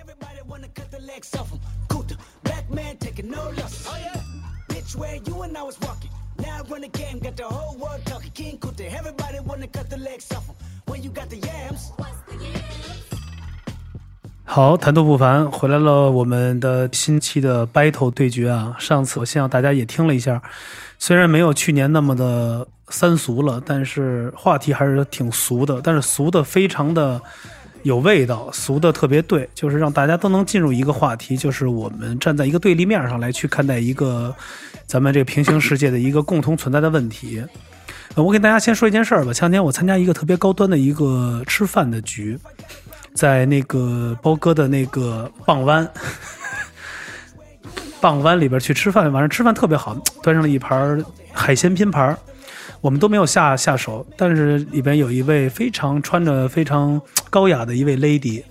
Everybody wanna cut the legs off him. Kuta, black man taking no losses. Oh yeah. Bitch, where you and I was walking. Now I run the game, got the whole world talking. King Kuta, everybody wanna cut the legs off him. When you got the yams. 好，谈吐不凡回来了，我们的新期的 battle 对决啊，上次我先让大家也听了一下，虽然没有去年那么的三俗了，但是话题还是挺俗的，但是俗的非常的有味道，俗的特别对，就是让大家都能进入一个话题，就是我们站在一个对立面上来去看待一个咱们这个平行世界的一个共同存在的问题。呃我给大家先说一件事儿吧，前两天我参加一个特别高端的一个吃饭的局，在那个包哥的那个傍湾， 傍湾里边去吃饭，晚上吃饭特别好，端上了一盘儿海鲜拼盘儿，我们都没有下下手，但是里边有一位非常穿着非常高雅的一位 lady，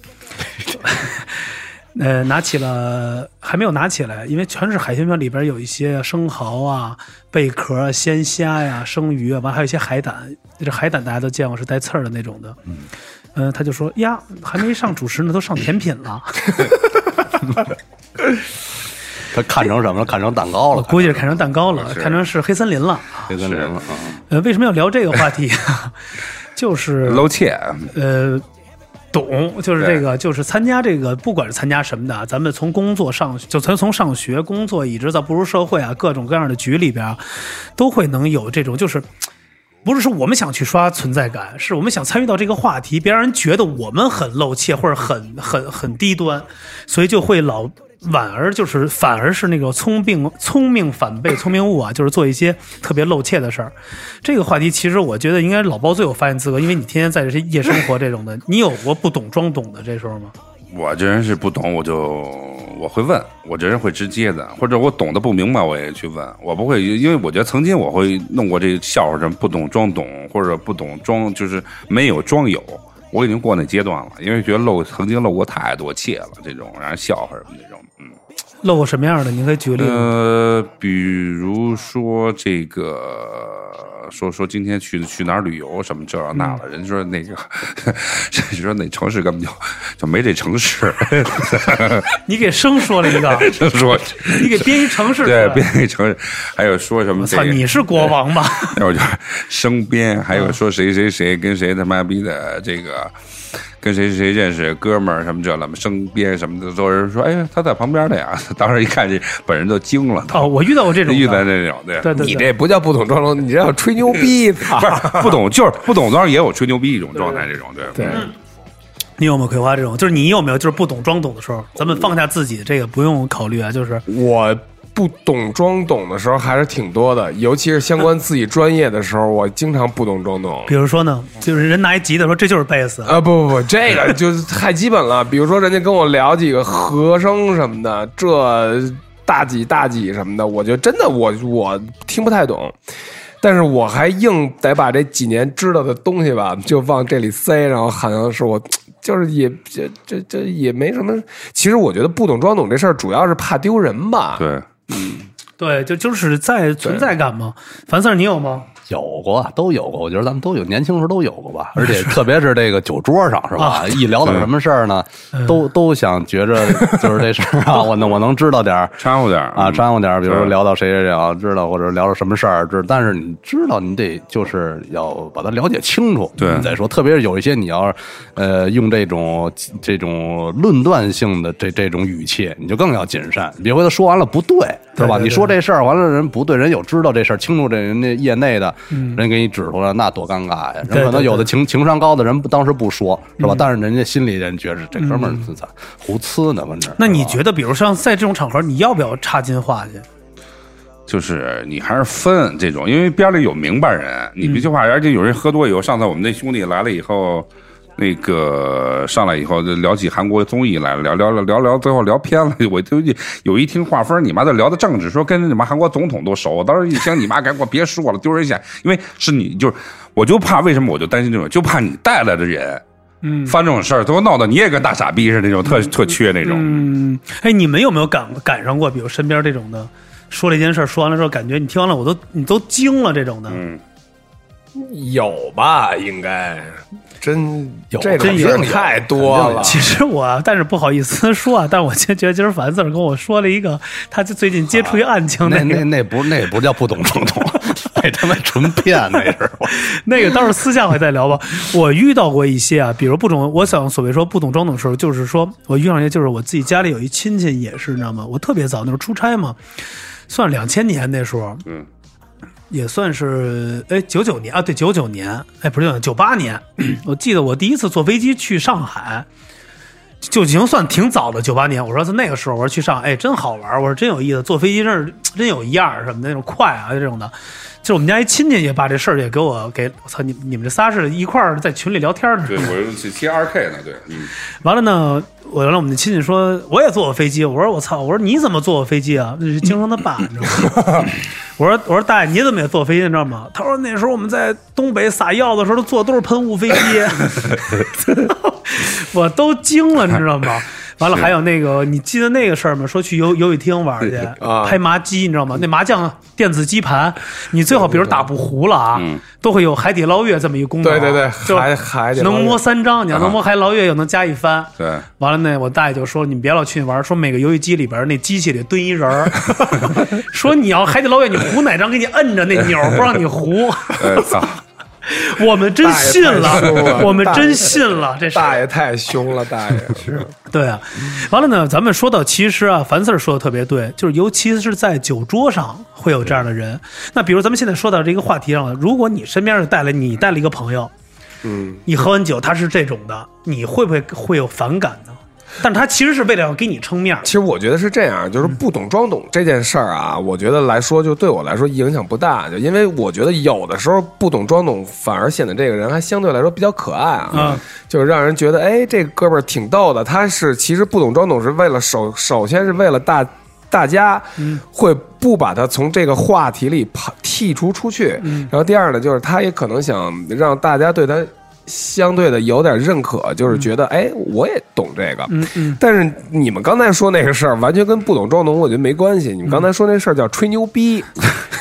呃，拿起了还没有拿起来，因为全是海鲜片，里边有一些生蚝啊、贝壳啊、鲜虾呀、生鱼啊，完还有一些海胆，这海胆大家都见过，是带刺儿的那种的。嗯，呃，他就说呀，还没上主食呢，都上甜品了，他看成什么了？看成蛋糕 我了，估计是砍成蛋糕了，砍成是黑森林了。黑森林了啊！呃，为什么要聊这个话题啊？就是搂切，呃，懂，就是对这个，就是参加这个，不管是参加什么的啊，咱们从工作上，就从从上学、工作，一直到步入社会啊，各种各样的局里边啊，都会能有这种，就是不是说我们想去刷存在感，是我们想参与到这个话题，别让人觉得我们很露怯或者很 很很低端，所以就会老。反而就是，反而是那个聪明聪明反被聪明误啊，就是做一些特别露怯的事儿。这个话题其实我觉得应该是老包最有发言资格，因为你天天在这些夜生活这种的，你有过不懂装懂的这时候吗？我这人是不懂，我就我会问，我这人会直接的，或者我懂得不明白我也去问，我不会，因为我觉得曾经我会弄过这个笑话，什么不懂装懂，或者不懂装就是没有装有，我已经过那阶段了，因为觉得露曾经露过太多怯了，这种让人笑话什么这种，嗯。露过什么样的？你可以举个例子吗。呃，比如说这个，说说今天去去哪儿旅游什么这那嗯的，人说那个， 人说那城市根本就就没这城市， 呃你给生说了一个，就说你给编一城市出来对，别那城市，还有说什么我这操，个，你嗯是国王吧？那我就生编，还有说谁谁谁跟谁他妈逼的这个，跟谁谁认识哥们儿什么这了嘛，生编什么的，都有人说，哎呀，他在旁边的呀， 当时一看这本人都惊了， 哦，我遇到过这种的，遇到那种对对对你对，哎这不叫不懂装懂，你这叫吹牛 逼！操不是不懂，就是不懂，当然也有吹牛逼一种状态，这种对对你有没有葵花这种？就是你有没有就是不懂装懂的时候？咱们放下自己，这个不用考虑啊，就是我不懂装懂的时候还是挺多的，尤其是相关自己专业的时候，我经常不懂装懂。比如说呢，就是人拿一吉他说这就是贝斯，啊不不不，这个就是太基本了。比如说，人家跟我聊几个和声什么的，这大几大几什么的，我就真的我我听不太懂。但是我还硬得把这几年知道的东西吧，就往这里塞，然后好像是我就是也这这这也没什么。其实我觉得不懂装懂这事儿，主要是怕丢人吧。对。对，就就是在存在感嘛。樊四儿，你有吗？有过，啊都有过，我觉得咱们都有，年轻时候都有过吧。而且特别是这个酒桌上，是吧？啊嗯一聊到什么事儿呢，都都想觉着就是这事儿啊，我能我能知道点儿掺和点儿啊，嗯掺和点儿，比如说对聊到谁谁谁啊，知道或者聊到什么事儿，知，但是你知道，你得就是要把它了解清楚，对你再说。特别是有一些你要呃用这种这种论断性的这这种语气，你就更要谨慎，你别回头说完了不对，是吧？对对你说这事儿完了，人不对，人有知道这事儿，清楚这人家业内的，人给你指出来，那多尴尬呀！嗯对人可能对有的对嗯情情商高的人不当时不说，是吧？但是人家心里人觉着这哥们儿是咋胡呲呢，跟这儿。那你是吧觉得，比如像在这种场合，你要不要插进话去？就是你还是分这种，因为边里有明白人，你必须话，而且有人喝多以后，上次我们那兄弟来了以后，那个上来以后就聊起韩国综艺来了，聊聊聊聊，最后聊偏了，我就有一听话分，你妈在聊的政治，说跟你妈韩国总统都熟，我当时一听你妈赶快别说了，丢人现，因为是你就是，我就怕为什么我就担心这种，就怕你带来的人。嗯，犯这种事儿，最后闹得你也跟大傻逼似的那种，特特缺那种。嗯，哎，你们有没有赶赶上过，比如身边这种的，说了一件事儿，说完了之后，感觉你听完了我都你都惊了这种的？嗯，有吧？应该真有这种真有肯定太多了。其实我啊，但是不好意思说啊，但我今天觉得今儿樊四儿跟我说了一个，他就最近接触一案情那那那个，那不那不叫不懂装 懂，那他妈纯骗那是。 那个到时候私下回再聊吧。我遇到过一些啊，比如不懂，我想所谓说不懂装懂的时候，就是说我遇上一些，就是我自己家里有一亲戚也是，你知道吗？我特别早那时候出差嘛，算两千年那时候，嗯，也算是哎九九年啊，对九九年，哎不是九八年，我记得我第一次坐飞机去上海。就已经算挺早的，九八年。我说在那个时候，我说去上海，哎，真好玩儿，我说真有意思，坐飞机真是真有一样儿什么的那种快啊，就这种的。就是我们家一亲戚也把这事儿也给我给，我操你你们这仨是一块儿在群里聊天儿呢。对，我是贴二 K 呢，对，嗯，完了呢，我让我们的亲戚说我也坐过飞机，我说我操，我说你怎么坐过飞机啊？那是经生他爸，你知 道吗？我说我说大爷你怎么也坐飞机，你知道吗？他说那时候我们在东北撒药的时候都坐都是喷雾飞机， 我都惊了，你知道吗？完了，还有那个，你记得那个事儿吗？说去游游戏厅玩去，啊拍麻鸡，你知道吗？那麻将电子机盘，你最好比如打不糊了啊，都会有海底捞月这么一功能。啊对嗯对对就海海底捞月能摸三张，你要能啊摸海捞月，又能加一番。对，完了呢，我大爷就说：“你们别老去玩儿，说每个游戏机里边儿那机器里蹲一人儿，说你要海底捞月，你胡哪张给你摁着那钮儿，不让你胡。哎操，我们真信大爷太凶了，了我们真信了，这是大爷太凶了，大爷是 对啊。完了呢，咱们说到其实啊，樊四儿说的特别对，就是尤其是在酒桌上会有这样的人。那比如咱们现在说到这个话题上了，如果你身边儿带了你带了一个朋友，嗯，你喝完酒他是这种的，你会不会会有反感呢？但是他其实是为了要给你撑面儿。”其实我觉得是这样，就是不懂装懂这件事儿啊，我觉得来说就对我来说影响不大，就因为我觉得有的时候不懂装懂反而显得这个人还相对来说比较可爱啊，嗯就是让人觉得哎这哥们儿挺逗的。他是其实不懂装懂是为了首首先是为了大大家会不把他从这个话题里排剔除出去，嗯然后第二呢就是他也可能想让大家对他。相对的有点认可，就是觉得、哎，我也懂这个，嗯嗯，但是你们刚才说那个事儿，完全跟不懂装懂，我觉得没关系。你们刚才说那事儿叫吹牛逼，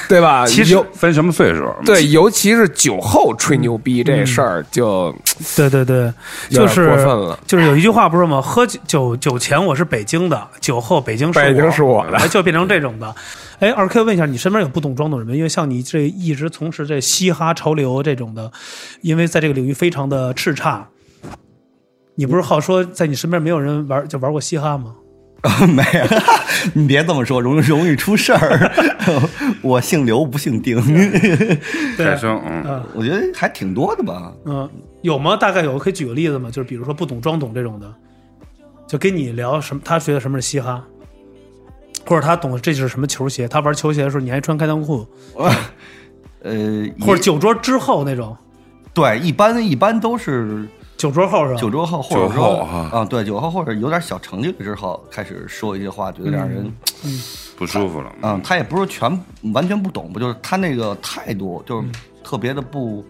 对吧？嗯 其实尤 分什么岁数？嗯对，尤其是酒后吹牛逼这事嗯儿，就 对对对，就有点是过分了就是有一句话不是吗？喝酒酒酒前我是北京的，酒后北京是北京是我的哎就变成这种的。哎，二 K 问一下，你身边有不懂装懂人吗？因为像你这一直从事这嘻哈潮流这种的，因为在这个领域非常的叱咤。你不是好说在你身边没有人玩就玩过嘻哈吗？ 没有，你别这么说，容易容易出事儿。 我姓刘不姓丁，产生，嗯，啊嗯 我觉得还挺多的吧。嗯，有吗？大概有，可以举个例子吗？就是比如说不懂装懂这种的，就跟你聊什么，他觉得什么是嘻哈，或者他懂这就是什么球鞋，他玩球鞋的时候你还穿开裆裤，呃，一或者酒桌之后那种，对，一般一般都是酒桌后是吧？酒桌后，或者酒说后哈啊，对，酒后或者有点小成绩了之后，开始说一些话，觉得让人不舒服了，啊嗯，他也不是全完全不懂，不就是他那个态度就是特别的不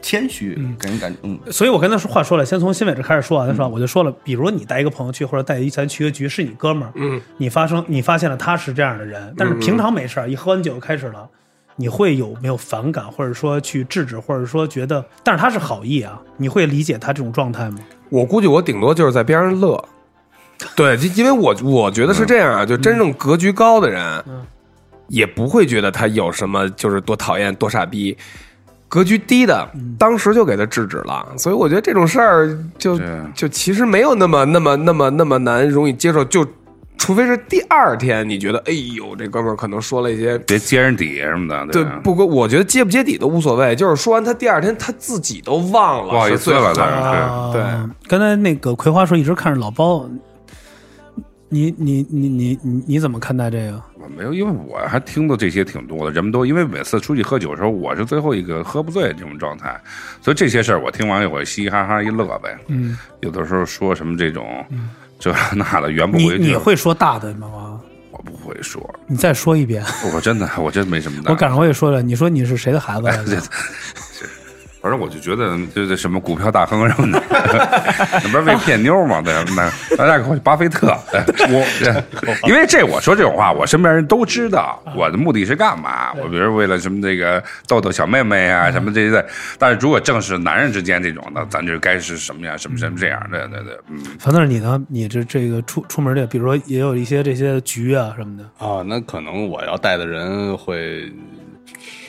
谦虚，给人感觉嗯，所以我跟他说话说了，先从新伟这开始说啊，他说啊我就说了，比如你带一个朋友去，或者带一咱去一个局，是你哥们儿，嗯，你发生你发现了他是这样的人，嗯但是平常没事儿，一喝完酒开始了。你会有没有反感，或者说去制止，或者说觉得，但是他是好意啊，你会理解他这种状态吗？我估计我顶多就是在边 上乐。对，因因为我我觉得是这样啊，就嗯真正格局高的人，也不会觉得他有什么就是多讨厌多傻逼。格局低的，嗯当时就给他制止了，所以我觉得这种事儿就对啊就其实没有那么那么那么那么难容易接受，就除非是第二天你觉得，哎呦，这哥们儿可能说了一些别揭人底什么的，对吧，不过我觉得接不接底都无所谓，就是说完他第二天他自己都忘了，不好意是思最了，好的啊但是对哦刚才那个葵花说一直看着老包，你你你你你你怎么看待这个？我没有，因为我还听到这些挺多的，人们都因为每次出去喝酒的时候，我是最后一个喝不醉这种状态，所以这些事儿我听完以后嘻嘻哈哈一乐呗。嗯，有的时候说什么这种嗯这 那的圆不你回去，你会说大的吗？我不会说，你再说一遍，我真的我真没什么大。 我赶上我也说了，你说你是谁的孩子来着？反正我就觉得就是什么股票大亨什么的，那不是为骗妞吗？对，那咱俩过去巴菲特，哎 我因为这我说这种话，我身边人都知道我的目的是干嘛。我比如为了什么这个逗逗小妹妹啊，什么这些的。但是如果正是男人之间这种的，咱就该是什么样，什么什么这样的，对对对，嗯。樊子，你呢？你这这个出出门的，比如说也有一些这些局啊什么的，啊，那可能我要带的人会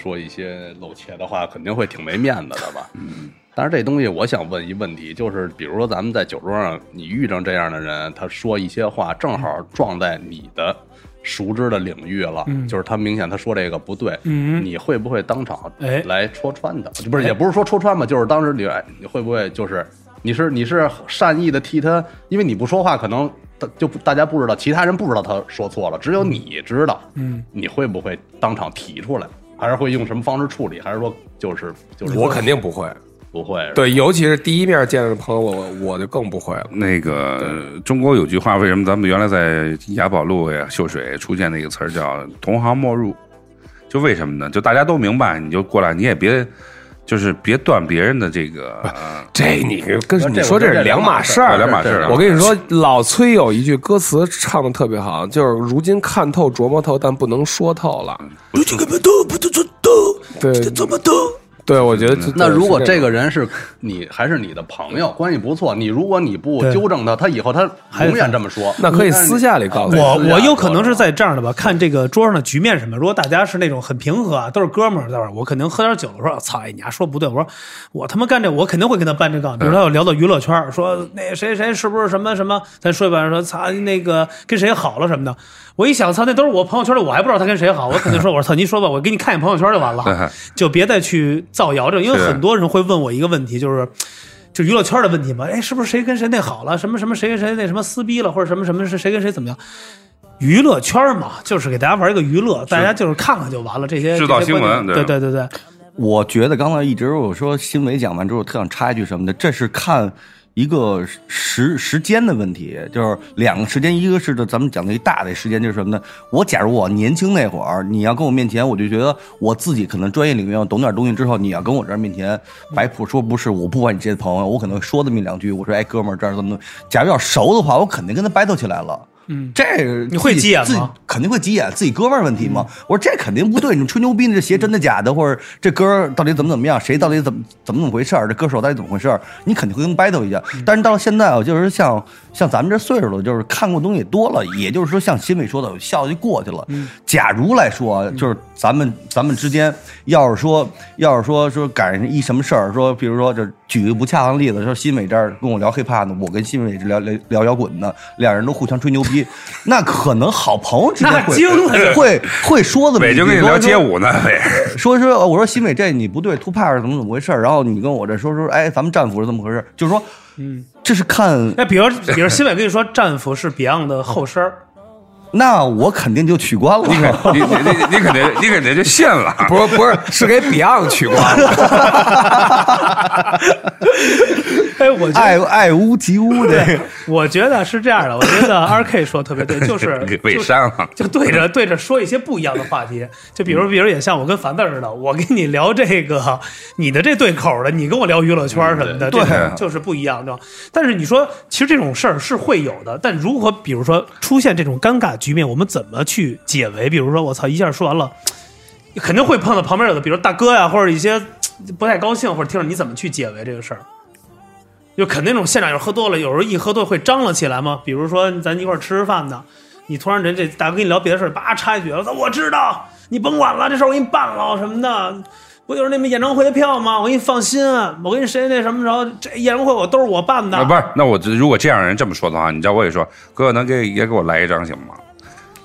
说一些露怯的话，肯定会挺没面子的吧。嗯。但是这东西，我想问一问题，就是比如说咱们在酒桌上，你遇上这样的人，他说一些话，正好撞在你的熟知的领域了，就是他明显他说这个不对，嗯你会不会当场哎来戳穿哎他？不是，也不是说戳穿吧，就是当时你哎你会不会就是你是你是善意的替他，因为你不说话，可能他就不大家不知道，其他人不知道他说错了，只有你知道，嗯，你会不会当场提出来？还是会用什么方式处理？还是说就是就是我肯定不会。不会是吧对，尤其是第一面见着的朋友，我我我就更不会了。那个中国有句话，为什么咱们原来在雅宝路呀、秀水出现那个词儿叫“同行莫入”？就为什么呢？就大家都明白，你就过来，你也别就是别断别人的这 个。呃这你跟这你说这是这两码事啊事儿，啊两码事儿我跟你说，老崔有一句歌词唱的特别好，就是“如今看透、琢磨透，但不能说透了不就根本都不就都”。对怎么都。对，我觉得就嗯那如果是这个人是你还是你的朋友，关系不错，你如果你不对纠正他，他以后他永远这么说。嗯那可以私下里告诉我他私下我有可能是在这样的吧，看这个桌上的局面什么。如果大家是那种很平和啊，都是哥们儿在玩，我肯定喝点酒了，我说操，哎你丫说不对，我说我他妈干这，我肯定会跟他扳这嗯杠。比如他要聊到娱乐圈儿，说那谁谁是不是什么什么，咱说一半说操那个跟谁好了什么的。我一想，操，那都是我朋友圈里，我还不知道他跟谁好，我肯定说，我说操，您说吧，我给你看你朋友圈就完嗯了，就别再去造谣这个，因为是很多人会问我一个问题，就是。就娱乐圈的问题嘛，哎，是不是谁跟谁那好了，什么什么谁跟谁那什么撕逼了，或者什么什么是谁跟谁怎么样？娱乐圈嘛，就是给大家玩一个娱乐，大家就是看看就完了。这些制造这些新闻观点对对对对对，我觉得刚才一直我说新伟讲完之后，特想插一句什么的，这是看一个时时间的问题，就是两个时间，一个是咱们讲的一大的时间就是什么呢？我假如我年轻那会儿，你要跟我面前，我就觉得我自己可能专业领域要懂点东西之后，你要跟我这儿面前摆谱说不是，我不管你这些朋友，我可能说这么一两句，我说哎哥们儿这儿怎么怎么，假如要熟的话，我肯定跟他 battle 起来了。嗯，这 你会自己急眼吗自己肯定会急眼，自己哥们儿问题嘛。我说这肯定不对，你吹牛逼，你这鞋真的假的，或者这歌儿到底怎么怎么样，谁到底怎么怎么怎么回事儿，这歌手到底怎么回事儿，你肯定会跟 battle 一下。但是到了现在啊，就是像像咱们这岁数了，就是看过东西多了，也就是说像新伟说的，我笑就过去了。嗯假如来说啊，就是咱们咱们之间，要是说要是说说赶上一什么事儿，说比如说就举个不恰当的例子，说新伟这儿跟我聊 hiphop 呢，我跟新伟这聊聊聊摇滚呢，两人都互相吹牛 逼，那可能好朋友之间那会精了会会说的，伟就跟你聊街舞呢，伟说说，呃我说新伟这你不对，突帕是怎么怎么回事儿？然后你跟我这说说，哎，咱们战斧是怎么回事儿？就是说，嗯，这是看，那哎比如比如新伟跟你说战斧是 Beyond 的后身儿，那我肯定就取关了。你 你你你肯定你肯定就 信了。不是不是是给 Beyond 取关了， 哎，我觉爱得。爱屋及乌的， 我觉得是这样的，我觉 得 R K 说得特别对，就是给给删了嗯就就对着对着说一些不一样的话题，就比如比如也像我跟樊子似的，我跟你聊这个你的这对口的，你跟我聊娱乐圈什嗯么的，对这种啊就是不一样，对吧？但是你说，其实这种事儿是会有的，但如何比如说出现这种尴尬局面，我们怎么去解围？比如说，我操，一下说完了。肯定会碰到旁边有的，比如大哥呀、或者一些不太高兴，或者听着你怎么去解围这个事儿。就肯定那种现场有时候喝多了，有时候一喝多会张罗起来嘛。比如说咱一块儿吃吃饭的，你突然人这大哥跟你聊别的事儿，叭插一句，我操，我知道，你甭管了，这事儿我给你办了什么的。不就是那么演唱会的票吗？我给你放心，我跟谁那什么时候这演唱会我都是我办的。 啊，不是，那我这如果这样人这么说的话，你知道我也说，哥能给也给我来一张行吗？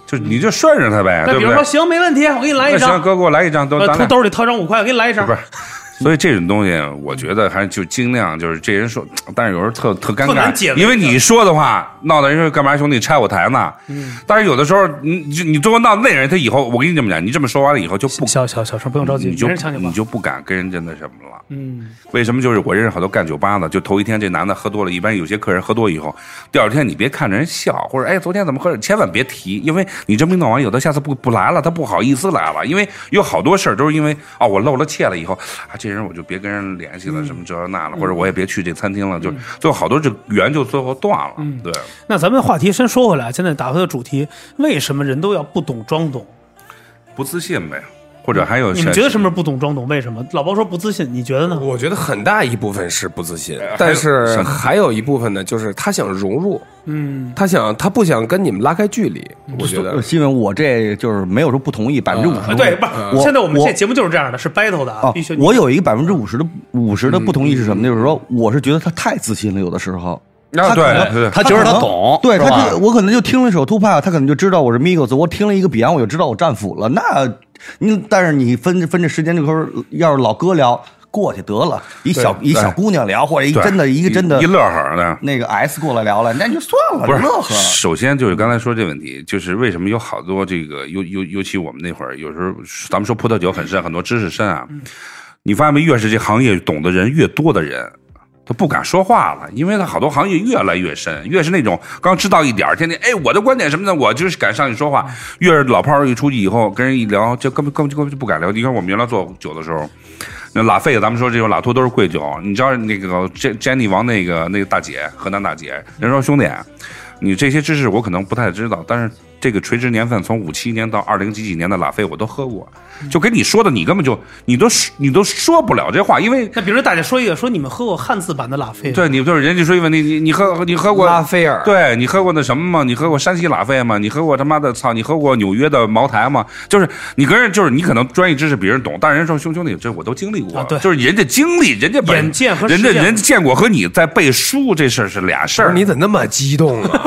就你就顺着他呗，那对比不如对说？行，没问题，我给你来一那张行，，哥给我来一张，都呃，咱从俩兜里掏张五块，我给你来一张不。是。所以这种东西，我觉得还是就尽量就是这人说，但是有时候特特尴不能解尬，围因为你说的话闹的人说干嘛兄弟拆我台呢？但是有的时候你你就你最后闹那人，他以后我跟你这么讲，你这么说完了以后就不小小小声，不用着急，你就没人抢你话。就不敢跟人家那什么了。嗯，为什么？就是我认识好多干酒吧的，就头一天这男的喝多了，一般有些客人喝多以后，第二天你别看着人笑，或者哎昨天怎么喝，千万别提，因为你这么一弄完，有的下次不不来了，他不好意思来了，因为有好多事儿都是因为哦我露了怯了以后啊，这这人我就别跟人联系了，什么这那了，或者我也别去这餐厅了，就最后好多这缘就最后断了。对，那咱们话题先说回来，现在打回到主题，为什么人都要不懂装懂？不自信呗，或者还有你们觉得什么是不懂装懂？为什么？老包说不自信，你觉得呢？我觉得很大一部分是不自信，还但有是什么还有一部分呢，就是他想融入，嗯，他想他不想跟你们拉开距离。我觉得因为呃我这就是没有说不同意百分之五十。啊对，不啊我是，现在我们我这节目就是这样的，是 battle 的啊，啊必须，我有一个百分之五十的五十的不同意是什么呢？就是说，我是觉得他太自信了，有的时候。啊，对对，他觉得可他能懂，对是吧他就我可能就听了一首 Tupac，他可能就知道我是 Migos，我听了一个 Beyond，我就知道我战斧了。那你但是你分分这时间这块儿，要是老哥聊过去得了，一小一小姑娘聊，或者一对真的一个真的一乐呵的，那个 S 过来聊了，那你就算了，不是乐呵。首先就是刚才说这问题，就是为什么有好多这个，尤尤尤其我们那会儿，有时候咱们说葡萄酒很深，很多知识深啊。嗯你发现没？越是这行业懂的人越多的人，他不敢说话了，因为他好多行业越来越深，越是那种刚知道一点儿，天天哎，我的观点什么的，我就是敢上去说话。越是老炮儿一出去以后，跟人一聊，就根本根本就根本就不敢聊。你看我们原来做酒的时候，那拉菲，咱们说这种拉托都是贵酒。你知道那个 J Jenny 王那个那个大姐，河南大姐，人说兄弟，啊你这些知识我可能不太知道，但是这个垂直年份从五七年到二零几几年的拉菲我都喝过，就跟你说的，你根本就你都你都说不了这话，因为那比如说大家说一个，说你们喝过汉字版的拉菲，对你就是人家说一问你你你喝你 喝过拉斐尔对你喝过那什么吗？你喝过山西拉菲吗？你喝过他妈的操？你喝过纽约的茅台吗？就是你跟人就是你可能专业知识比人懂，但是人说兄兄弟，这我都经历过，啊对就是人家经历，人家本眼见和人实家践人家见过和你在背书这事儿是俩事不儿，是你怎么那么激动啊？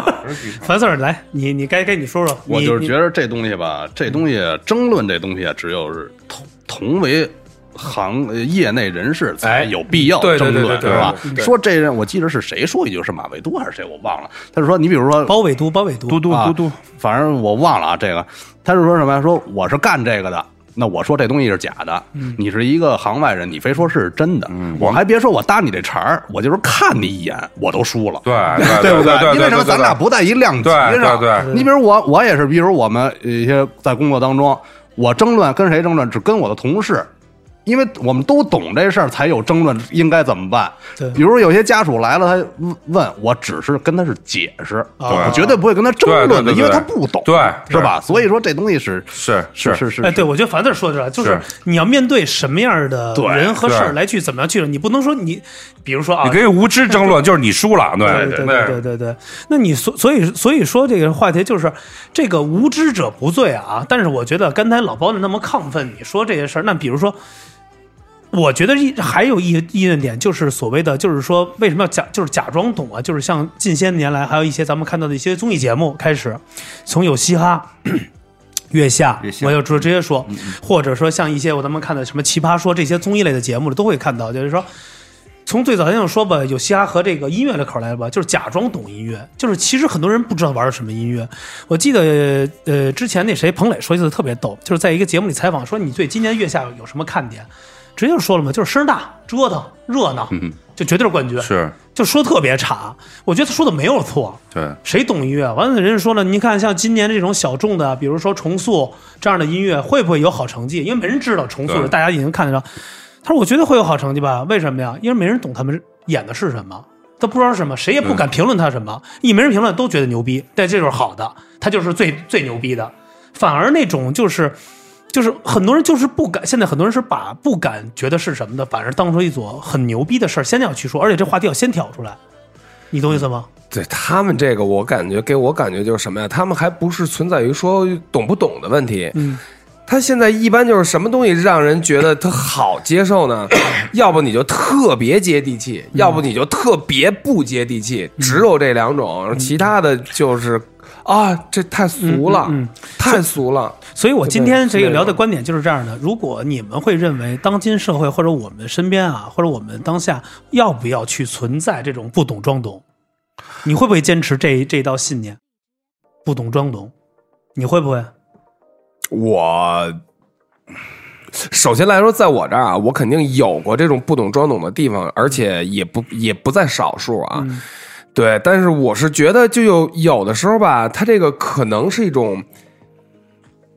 樊 Sir 来，你你该该你说说，我你就是觉你得这东西吧，这嗯东西争论这东西啊，只有是同同为行呃业内人士才哎有必要对对争对论，对对是吧对对？对说这人，我记得是谁说一句是马未都还是谁，我忘了。他就说，你比如说包尾都包尾都嘟嘟啊嘟嘟，反正我忘了啊，这个他是说什么呀？说我是干这个的。那我说这东西是假的，嗯你是一个行外人，你非说是真的，我还别说我搭你这茬儿，我就是看你一眼，我都输了。对 对不啊对对，因为什么？对咱俩不在一量级对上。对对你比如我，我也是，比如我们一些在工作当中，我争论跟谁争论，只跟我的同事。因为我们都懂这事儿，才有争论应该怎么办对。比如有些家属来了，他问问我，只是跟他是解释，啊我绝对不会跟他争论的，对对对对因为他不懂，对是吧？所以说这东西是是是是是是，哎，对，我觉得樊 Sir 说的是，就是你要面对什么样的对人和事儿对来去怎么样去，你不能说你，比如说啊你，可以无知争论，就是你输了，对对对对对对，那你所所以所以说这个话题就是这个无知者不罪啊。但是我觉得刚才老包的那么亢奋，你说这些事儿，那比如说，我觉得一还有一议论点就是所谓的就是说为什么要假就是假装懂啊？就是像近些年来还有一些咱们看到的一些综艺节目开始，从有嘻哈。月下月，下嗯我就直直接说，或者说像一些我咱们看的什么《奇葩说》这些综艺类的节目里都会看到，就是说从最早先说吧，有嘻哈和这个音乐的口儿来吧，就是假装懂音乐，就是其实很多人不知道玩的什么音乐。我记得呃，之前那谁彭磊说一次特别逗，就是在一个节目里采访说你对今年月下有什么看点，直接就说了嘛，就是声儿大、折腾、热闹，就绝对是冠军，是，就说特别差。我觉得他说的没有错，对。谁懂音乐？完了，人家说了，你看像今年这种小众的，比如说重塑这样的音乐，会不会有好成绩？因为没人知道重塑，对大家已经看得到。他说：“我觉得会有好成绩吧？为什么呀？因为没人懂他们演的是什么，他不知道是什么，谁也不敢评论他什么。一没人评论，都觉得牛逼，但这就是好的，他就是最最牛逼的。反而那种就是就是很多人就是不敢，现在很多人是把不敢觉得是什么的，反而当成一所很牛逼的事儿，先要去说，而且这话题要先挑出来，你懂我意思吗？对他们这个，我感觉给我感觉就是什么呀？他们还不是存在于说懂不懂的问题，嗯。”他现在一般就是什么东西让人觉得他好接 受呢？要不你就特别接地嗯气，要不你就特别不接地气，只有这两种，其他的就是啊，这太俗了，嗯嗯嗯太俗了。所以我今天这对个对聊的观点就是这样的：如果你们会认为当今社会或者我们身边啊，或者我们当下要不要去存在这种不懂装懂，你会不会坚持这这道信念？不懂装懂，你会不会？我首先来说，在我这儿啊，我肯定有过这种不懂装懂的地方，而且也不也不在少数啊。对，但是我是觉得，就有有的时候吧，它这个可能是一种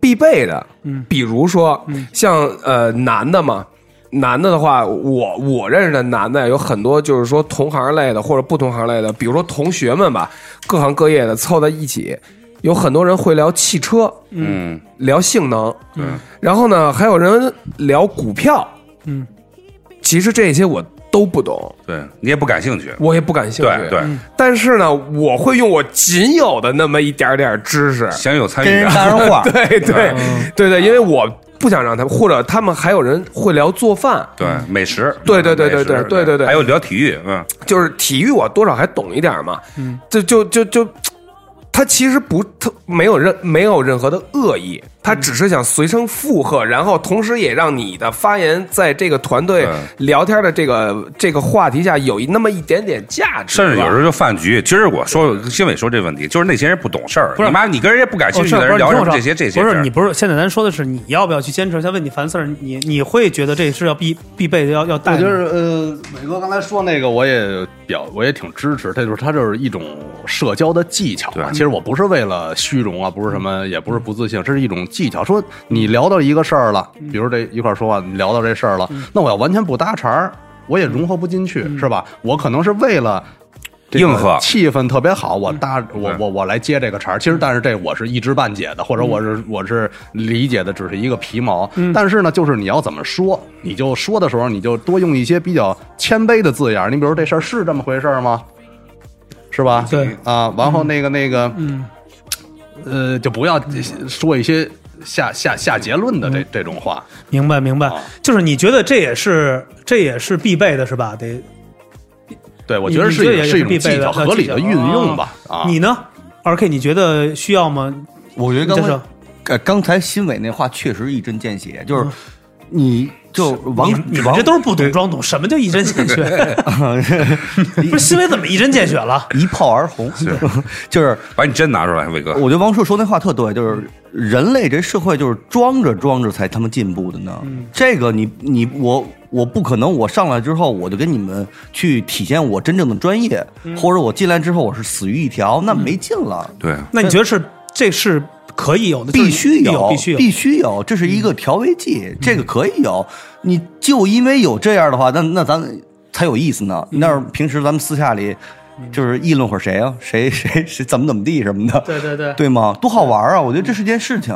必备的，嗯比如说、像呃男的嘛，男的的话，我我认识的男的有很多，就是说同行类的或者不同行类的，比如说同学们吧，各行各业的凑在一起，有很多人会聊汽车，嗯，聊性能，嗯，然后呢，还有人聊股票，嗯，其实这些我都不懂，对你也不感兴趣，我也不感兴趣，对对，但是呢，我会用我仅有的那么一点点知识，想有参与啊跟人感，搭上话， 对对对对，因为我不想让他们，或者他们还有人会聊做饭，嗯对美食，对对对对美食对对对对还有聊体育，嗯，就是体育我多少还懂一点嘛，嗯，就就就就。他其实不，他没有任没有任何的恶意，他嗯只是想随声附和，然后同时也让你的发言在这个团队对聊天的这个这个话题下有一那么一点点价值吧，甚至有时候就饭局。今儿我说新伟说这问题，就是那些人不懂事儿，不是你妈，你跟人家不感兴哦趣是不的是人你聊听什我么说这些这些事不儿？是你不是，现在咱说的是你要不要去坚持？先问你樊四儿，你你会觉得这是要必必备的，要要带我吗？就是呃，伟哥刚才说那个，我也表我也挺支持，他就是他就是一种社交的技巧对嘛。其实我不是为了虚荣啊，不是什么，也不是不自信，这是一种技巧。说你聊到一个事儿了，嗯比如这一块儿说话，你聊到这事儿了，那我要完全不搭茬儿，我也融合不进去，嗯是吧？我可能是为了。硬啊核气氛特别好，我嗯搭我我我来接这个茬儿。其实，但是这我是一知半解的，或者我嗯是我是理解的只是一个皮毛。但是呢，就是你要怎么说，你就说的时候，你就多用一些比较谦卑的字眼儿。你比如说这事儿是这么回事儿吗？是吧？对啊，然后那个那个，嗯，呃，就不要说一些下下下结论的这嗯这种话。明白明白，就是你觉得这也是这也是必备的是吧？得，对，我你觉得你是这一也是是一种必备技的巧，呃合技理的巧运用吧。啊，你呢？R K，你觉得需要吗？我觉得你刚这才是呃刚才新伟那话确实一针见血，就是你就嗯王你们你们王这都是不懂装懂，什么叫一针见血？ 不是新伟怎么一针见血了？ 一炮而红， 就是把你针拿出来，伟哥我，觉得王朔说那话特对，就是人类这社会就是装着装着才他妈进步的呢。嗯这个你你我我不可能，我上来之后我就跟你们去体现我真正的专业，嗯或者我进来之后我是死鱼一条，那没劲了。对，那你觉得是这是可以有的，必须就是有，有，必须有，嗯必须有，这是一个调味剂，这个可以有。你就因为有这样的话，那那咱才有意思呢。嗯那要是平时咱们私下里就是议论会儿谁啊，谁 谁谁怎么怎么地什么的，对对对对吗？多好玩啊！我觉得这是件事情，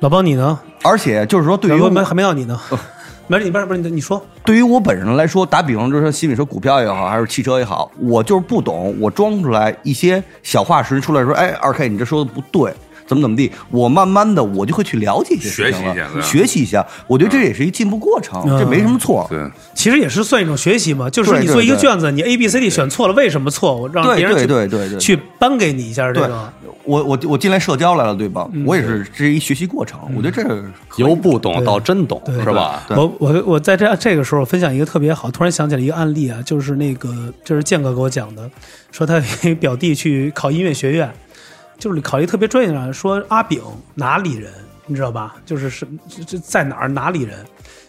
老包你呢？而且就是说，对于老包没我还没到你呢， 没事，你不是不是你你说，对于我本人来说，打比方，就是说心里说股票也好，还是汽车也好，我就是不懂，我装出来一些小话时出来说，哎，二 K 你这说的不对。怎么怎么地，我慢慢的我就会去了解一些事情了学习一下嗯对吧学习一下。我觉得这也是一进步过程，嗯这没什么错。对，其实也是算一种学习嘛，就是说对你对做一个对卷子，你 A B C D 选错了，为什么错误？让对别人对去对对对去扳给你一下这对个。，我我我进来社交来了，对嗯吧？我也是这是一学习过程，我觉得这嗯可以由不懂到真懂，对是吧？对我我我在这这个时候分享一个特别好，突然想起来一个案例啊，就是那个就是建哥给我讲的，说他有一表弟去考音乐学院，就是考一特别专业的，说阿炳哪里人，你知道吧？就是是这这在哪儿哪里人，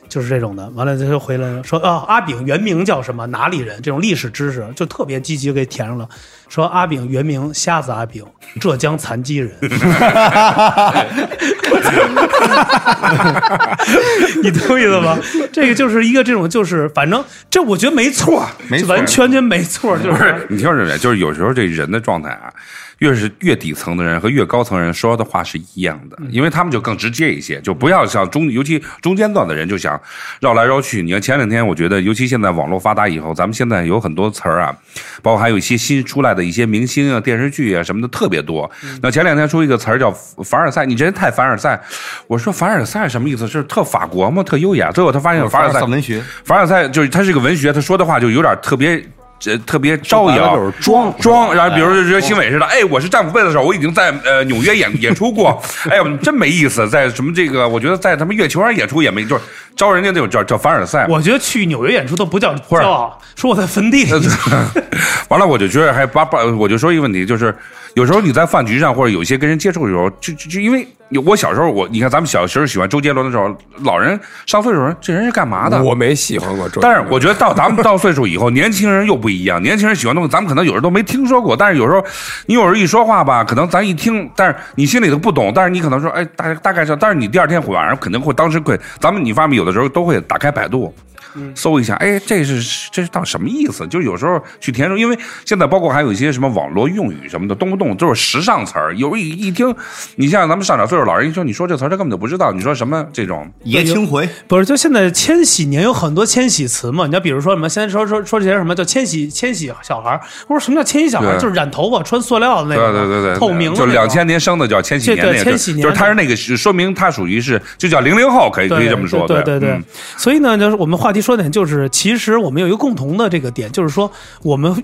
就是这种的。完了他就回来了，说啊、阿炳原名叫什么哪里人，这种历史知识就特别积极给填上了。说阿炳原名瞎子阿炳，浙江残疾人。 你懂我意思吗？这个就是一个这种，就是反正这我觉得没错儿，没错完全全没错儿，就不是是。你听着没？就是有时候这人的状态啊，越是越底层的人和越高层人说的话是一样的，因为他们就更直接一些，就不要像中，尤其中间段的人就想绕来绕去。你看前两天，我觉得，尤其现在网络发达以后，咱们现在有很多词儿啊，包括还有一些新出来的一些明星啊、电视剧啊什么的特别多。那前两天出一个词儿叫“凡尔赛”，你这人太凡尔赛。我说凡尔赛什么意思？是特法国吗？特优雅？最后他发现凡尔赛嗯文学，凡尔赛就是他是个文学，他说的话就有点特别。呃，特别招说白摇，了就是装装。然后比如说，就新伟似的，哎，我是战斧贝的时候，我已经在呃纽约演 演出过。哎呦，真没意思，在什么这个，我觉得在他们月球上演出也没，就是招人家那种叫叫凡尔赛。我觉得去纽约演出都不叫骄傲，说我在坟地里。 完了，我就觉得还把把，我就说一个问题，就是有时候你在饭局上或者有一些跟人接触的时候，就就就因为我小时候我，你看咱们小时候喜欢周杰伦的时候，老人上岁数人，这人是干嘛的？我没喜欢过这种，但是我觉得到咱们 到岁数以后，年轻人又不一样。年轻人喜欢的东西，咱们可能有时候都没听说过。但是有时候，你有时候一说话吧，可能咱一听，但是你心里头不懂。但是你可能说，哎，大大概是，但是你第二天晚上肯定会，当时会，咱们你发现没有的时候都会打开百度，搜一下，哎，这是这是到底什么意思？就有时候去填充，因为现在包括还有一些什么网络用语什么的，动不动就是时尚词儿。有一一听，你像咱们上点岁数老人一说，你说这词儿他根本就不知道，你说什么这种，爷青回，不是，就现在千禧年有很多千禧词嘛，你要比如说什么，现在说说说这些什么叫千禧千禧小孩儿，我说什么叫千禧小孩儿，对就是染头发、穿塑料的那对个，对对对，透明的就那种两千年生的叫千禧年对那对个，千禧年就是他是那个说明他属于是就叫零零后，可以可以对这么说，对对对嗯所以呢，就是我们话题说点，就是其实我们有一个共同的这个点，就是说我们。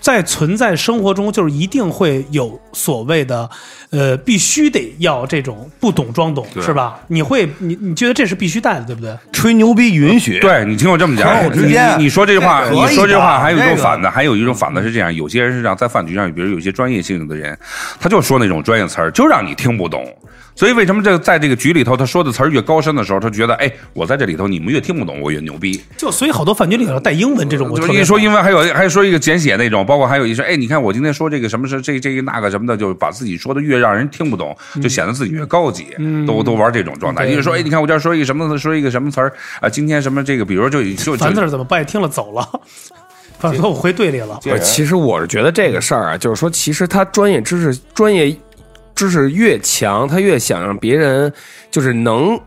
在存在生活中，就是一定会有所谓的，呃，必须得要这种不懂装懂，对是吧？你会，你你觉得这是必须带的，对不对？吹牛逼允嗯许，对你听我这么朋讲，友你之间你你说这句话，这可以你说这句话吧还有一这种个反的，还有一种反的是这样，有些人是让在饭局上，比如有些专业性的人，他就说那种专业词儿，就让你听不懂。所以为什么这个在这个局里头，他说的词儿越高深的时候，他觉得哎，我在这里头你们越听不懂，我越牛逼。就所以好多饭局里头带英文这种，我就特是别一说烦英文，还有还说一个简写那种，包括还有一说，哎，你看我今天说这个什么是这这个那个什么的，就是把自己说的越让人听不懂，嗯就显得自己越高级，都都玩这种状态。就是说，哎，你看我这儿说一个什么，说一个什么词儿啊，今天什么这个，比如说就就烦字就儿怎么不爱听了 走了？反正我回队里了，不是，呃其实我是觉得这个事儿啊，就是说，其实他专业知识、专业知识越强，他越想让别人就是能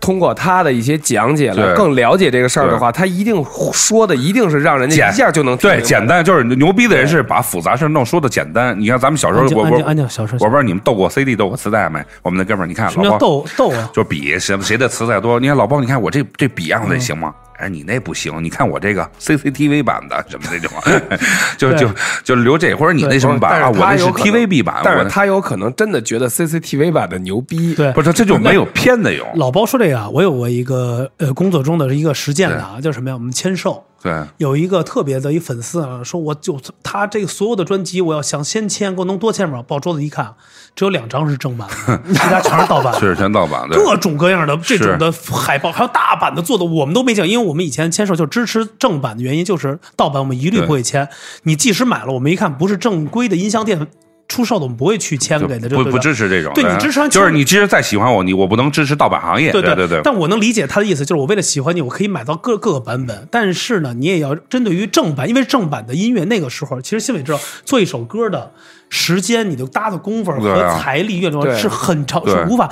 通过他的一些讲解来对更了解这个事儿的话，他一定说的一定是让人家简一下就能听对明白简单，就是牛逼的人是把复杂事儿弄说的简单。你看咱们小时候安，静 我安我静安静小声我不知道你们斗过 CD 斗过磁带没？我们那哥们儿，你看什么老叫包逗逗啊？ 就比谁谁的磁带多。你看老包，你看我这这比样的嗯行吗？哎，你那不行，你看我这个 CCTV 版的什么那种，啊 就就就留这，或者你那什么但版是啊？我他那是有可能 TVB 版，但我是那他有可能真的觉得 CCTV 版的牛逼。对不是这就没有偏的有，老包说这个啊，我有过一个呃工作中的一个实践的啊，叫什么呀？我们签售对有一个特别的一粉丝啊，说我就他这个所有的专辑，我要想先签，给我能多签不少。抱桌子一看，只有两张是正版 的，其他全是盗版。是全盗版的。各种各样的这种的海报，还有大版的做的，我们都没见，因为我们以前签售就支持正版的原因，就是盗版我们一律不会签。你即使买了，我们一看不是正规的音像店出售的，我们不会去签就给的，不这个不支持这种，啊对你支持完全就是你支持再喜欢我，你我不能支持盗版行业，对对对对，但我能理解他的意思，就是我为了喜欢你，我可以买到各各个版本。但是呢，你也要针对于正版，因为正版的音乐那个时候，其实新伟知道，做一首歌的时间，你的搭的功夫对和啊财力越重要，对是很长，对是无法。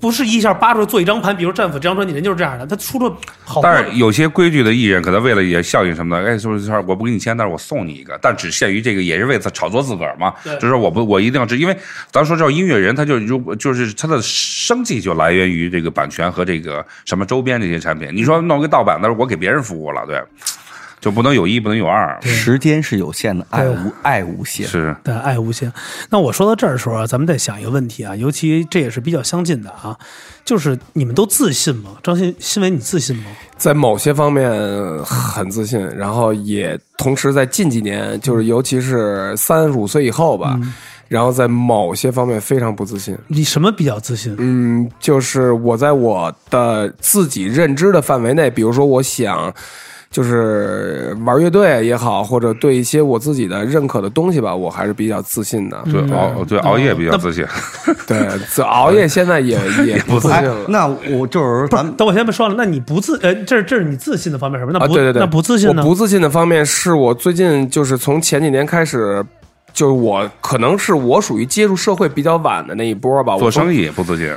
不是一下扒出来做一张盘，比如《战斧》这张专辑，人就是这样的，他出了好多但是有些规矩的艺人，可能为了也效应什么的，哎，就是说我不给你签，但是我送你一个，但只限于这个，也是为了炒作自个儿嘛。对就是说我不，我一定要知，因为咱说叫音乐人，他就如果就是他的生计就来源于这个版权和这个什么周边这些产品。你说弄个盗版的，我给别人服务了，对，就不能有一，不能有二，时间是有限的，爱无爱无限。是对，爱哎无限。那我说到这儿的时候啊，咱们再想一个问题啊，尤其这也是比较相近的啊，就是你们都自信吗？张新新伟，你自信吗？在某些方面很自信，然后也同时在近几年，就是尤其是三十五岁以后吧，然后在某些方面非常不自信。你什么比较自信？嗯，就是我在我的自己认知的范围内，比如说我想。就是玩乐队也好，或者对一些我自己的认可的东西吧，我还是比较自信的。嗯对熬对熬夜比较自信，对，自熬夜现在 也也不自信哎了，。那我就是咱们等我先不说了，那你不自呃，这是这是你自信的方面是什么？那啊，不、对对对，那不自信呢？我不自信的方面是我最近就是从前几年开始，就是我可能是我属于接触社会比较晚的那一波吧。做生意，意也不自信，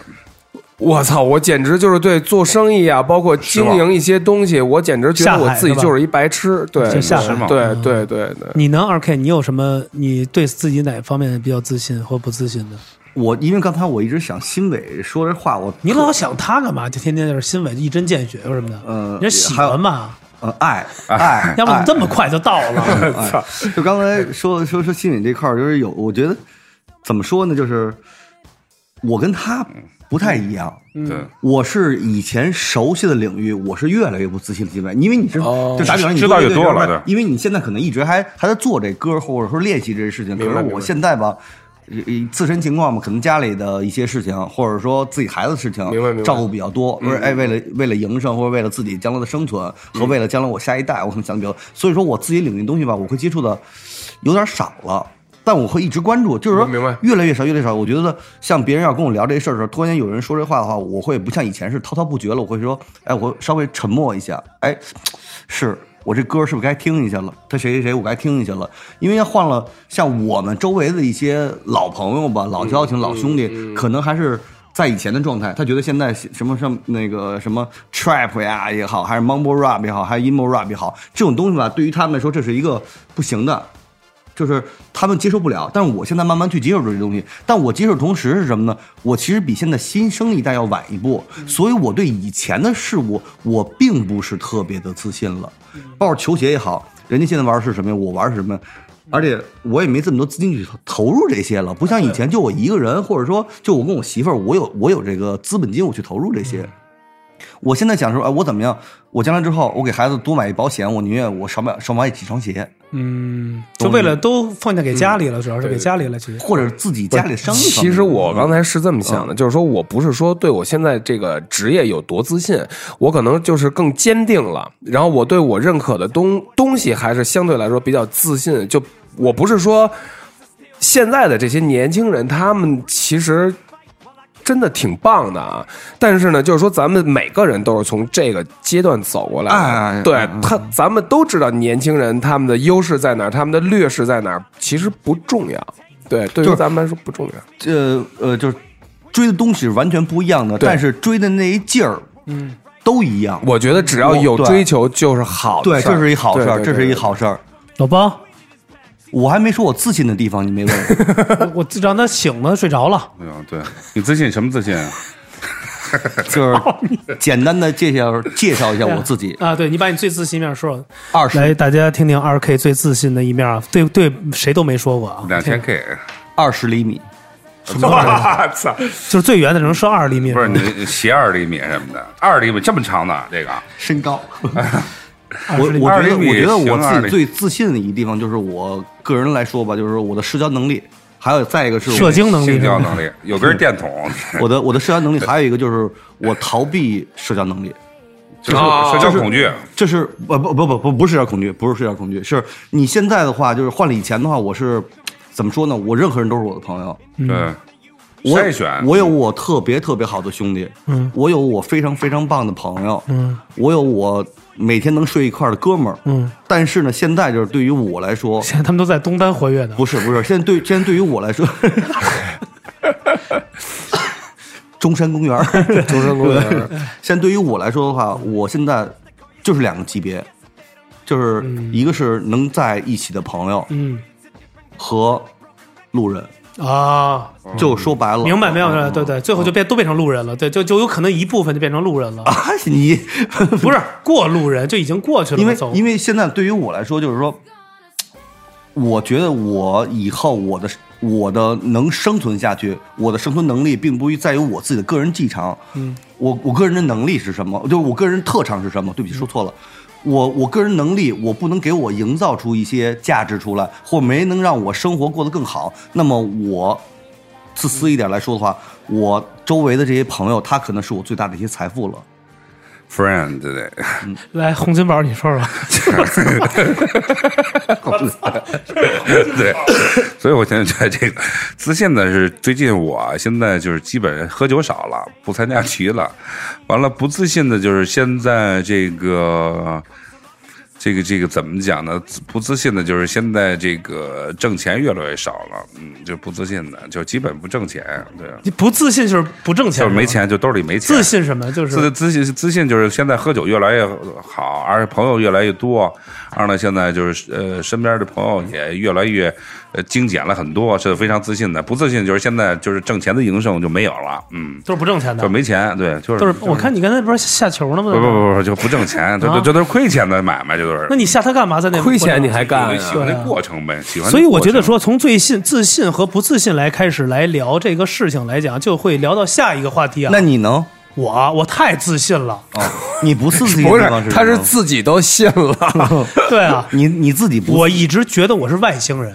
我操，我简直就是对做生意啊，包括经营一些东西，我简直觉得我自己就是一白痴。对，就对下海是吗对对对对。你呢？二 K，你有什么？你对自己哪方面比较自信或不自信的？我，因为刚才我一直想新伟说这话，我你老想他干嘛？就天天就是新伟一针见血什么的，嗯你是喜欢嘛？呃 爱爱，要不爱你这么快就到了？ 哎就刚才说说说心理这块儿，就是有，我觉得怎么说呢，就是我跟他不太一样。对。我是以前熟悉的领域，我是越来越不自信了。现在，因为你是、就打比方，你知道做越多乐队了这块儿因为你现在可能一直还还在做这歌，或者说练习这些事情。可明白是明白我现在吧，呃自身情况嘛，可能家里的一些事情，或者说自己孩子的事情明白明白，嗯照顾比较多。不是，哎，为了为了营生，或者为了自己将来的生存，和为了将来我下一代，我可能想的比较。所以说，我自己领域的东西吧，我会接触的有点少了。但我会一直关注，就是说，明白越来越少，越来越少。我觉得像别人要跟我聊这事儿的时候，突然间有人说这话的话，我会不像以前是滔滔不绝了，我会说，哎，我稍微沉默一下，哎，是我这歌是不是该听一下了？他谁谁谁，我该听一下了。因为要换了像我们周围的一些老朋友吧，老嗯交情、老兄弟，可能还是。在以前的状态，他觉得现在什么什么那个什么 trap 呀也好，还是 mumble rap 也好，还是 emo rap 也好，这种东西吧，对于他们来说，这是一个不行的，就是他们接受不了。但是我现在慢慢去接受这些东西，但我接受同时是什么呢？我其实比现在新生一代要晚一步，所以我对以前的事物，我并不是特别的自信了。包括球鞋也好，人家现在玩的是什么呀？我玩的是什么呀？而且我也没这么多资金去投投入这些了，不像以前就我一个人，或者说就我跟我媳妇儿，我有我有这个资本金，我去投入这些。我现在想说，哎，我怎么样？我将来之后，我给孩子多买一保险，我宁愿我少买少买几双鞋，嗯，就为了都放假给家里了，主要是给家里了，其实或者自己家里商量商量。其实我刚才是这么想的，就是说我不是说对我现在这个职业有多自信，我可能就是更坚定了，然后我对我认可的东东西还是相对来说比较自信。就我不是说现在的这些年轻人，他们其实真的挺棒的啊，但是呢，就是说咱们每个人都是从这个阶段走过来的，哎哎哎对、哎哎他，咱们都知道年轻人他们的优势在哪儿，他们的劣势在哪儿，其实不重要。对，对就于是咱们来说不重要。呃呃，就是追的东西是完全不一样的，对但是追的那一劲儿，嗯，都一样。我觉得只要有对追求就是好的对，事儿，这是一好事儿，对这是一。好事儿。老包，我还没说我自信的地方，你没问。我我让他醒了，睡着了。哎呦，对你自信什么自信啊？就是 简单的介绍介绍一下我自己。啊，对你把你最自信一面说了，二十来大家听听二 K 最自信的一面啊，对对，谁都没说过啊，两千 K，二十厘米，我操！就是最远的能说二厘米，不是你斜二厘米什么的，二厘米这么长的这个，身高。二我十厘米我觉20厘得米我觉得我行20自厘己最自信的一个地方，就是我个人来说吧，就是我的社交能力，还有再一个是社我精能力性是吧交能力，有根电筒，我的我的社交能力，还有一个就是我逃避社交能力。就是啊社交就是恐惧。这是呃不不不不不不是社交恐惧，不是社交恐惧，是你现在的话，就是换了以前的话，我是怎么说呢？我任何人都是我的朋友，对，我筛选我有我特别特别好的兄弟，嗯我有我非常非常棒的朋友，嗯，我有我每天能睡一块儿的哥们儿，嗯，但是呢，现在就是对于我来 说，现在他们都在东单活跃呢，不是不是，现在对现在对于我来说，中山公园儿，中山公园儿，现在对于我来说的话，我现在就是两个级别，就是一个是能在一起的朋友嗯和路人，啊，就说白了，哦明白没有？对对对，最后就变都变成路人了，对，就就有可能一部分就变成路人了，啊， 你不是过路人就已经过去了，因为走因为现在对于我来说，就是说，我觉得我以后我的我的能生存下去，我的生存能力并不在于我自己的个人技长，嗯，我我个人的能力是什么？就是我个人特长是什么？对不起，说错了。我我个人能力，我不能给我营造出一些价值出来，或没能让我生活过得更好。那么我自私一点来说的话，我周围的这些朋友，他可能是我最大的一些财富了。 friend 对，来洪金宝，你说说，对，所以我现在觉得这个自信呢是最近我现在就是基本喝酒少了，不参加局了，完了不自信的就是现在这个。这个这个怎么讲呢？不自信的就是现在这个挣钱越来越少了，嗯，就不自信的，就基本不挣钱，对，啊你不自信就是不挣钱，就是没，钱，就兜里没钱。自信什么就自是自信自信就是现在喝酒越来越好，而且朋友越来越多。二呢，现在就是呃，身边的朋友也越来越呃精简了很多，是非常自信的。不自信就是现在就是挣钱的营生就没有了，嗯，都是不挣钱的就，没钱，对，就是都是就我看你刚才不是下球呢吗？不不不不就不挣钱，这啊这这都是亏钱的买卖，这都是那你下他干嘛？在那亏钱你还干喜欢啊？那过程呗，喜欢那过程。所以我觉得说，从最信、自信和不自信来开始来聊这个事情来讲，就会聊到下一个话题啊。那你能？我我太自信了，哦你不自 己不是地方，他什是么自己都信 了。对啊，你你自己不，我一直觉得我是外星人。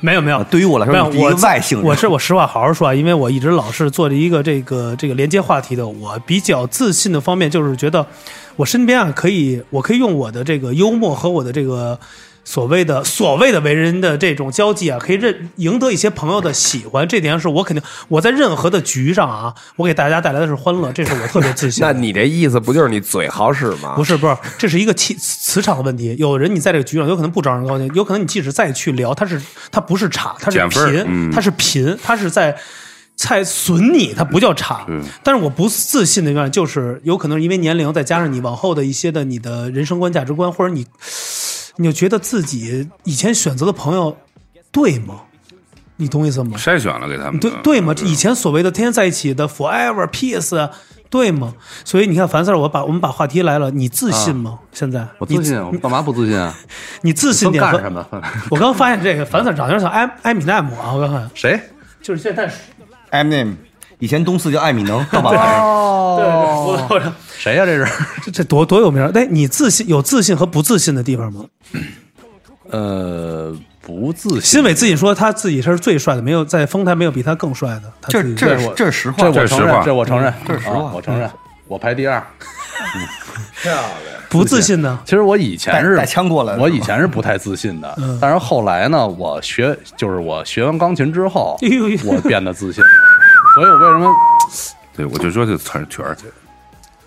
没有没有，对于我来没有说，你是一我个外星人，我是我实话好好说啊，因为我一直老是做着一个这个这个连接话题的。我比较自信的方面就是觉得，我身边啊可以，我可以用我的这个幽默和我的这个所谓的所谓的为人的这种交际啊，可以认赢得一些朋友的喜欢，这点是我肯定我在任何的局上啊，我给大家带来的是欢乐，这是我特别自信那的。你这意思不就是你嘴好使啊吗？不是不是，这是一个气磁场的问题。有人你在这个局上，有可能不招人高兴，有可能你即使再去聊，他是他不是差，他是减分儿贫，嗯他是贫，他是在在损你，他不叫差。但是我不自信的一面就是，有可能是因为年龄，再加上你往后的一些的你的人生观、价值观，或者你你就觉得自己以前选择的朋友对吗？你懂我意思吗？筛选了给他们嗯的对嗯对吗？这以前所谓的天天在一起的 forever peace，对吗？所以你看，樊 Sir，我把我们把话题来了，你自啊信吗？现在我自信，我干嘛不自信啊？你自信分点干和什么？分 我刚发现这个樊 Sir 长得有点像埃埃米奈姆啊，我刚看谁？就是现在是 M name，以前东四叫艾米能，到晚上对，我我谁呀、这是？这这多多有名儿。但你自信有自信和不自信的地方吗？呃，不自信。新伟自己说他自己是最帅的，没有在丰台没有比他更帅的。他这自己这对是我啊这是实话这，我这是承实话认，这我承认，这是实话我承认，我排第二。不自信呢？其实我以前是带带枪过来的我是以吧前是不太自信的，但是后来呢，我学就是我学完钢琴之后 哎呦，我变得自信了。所以我为什么对，我就说这词儿曲儿，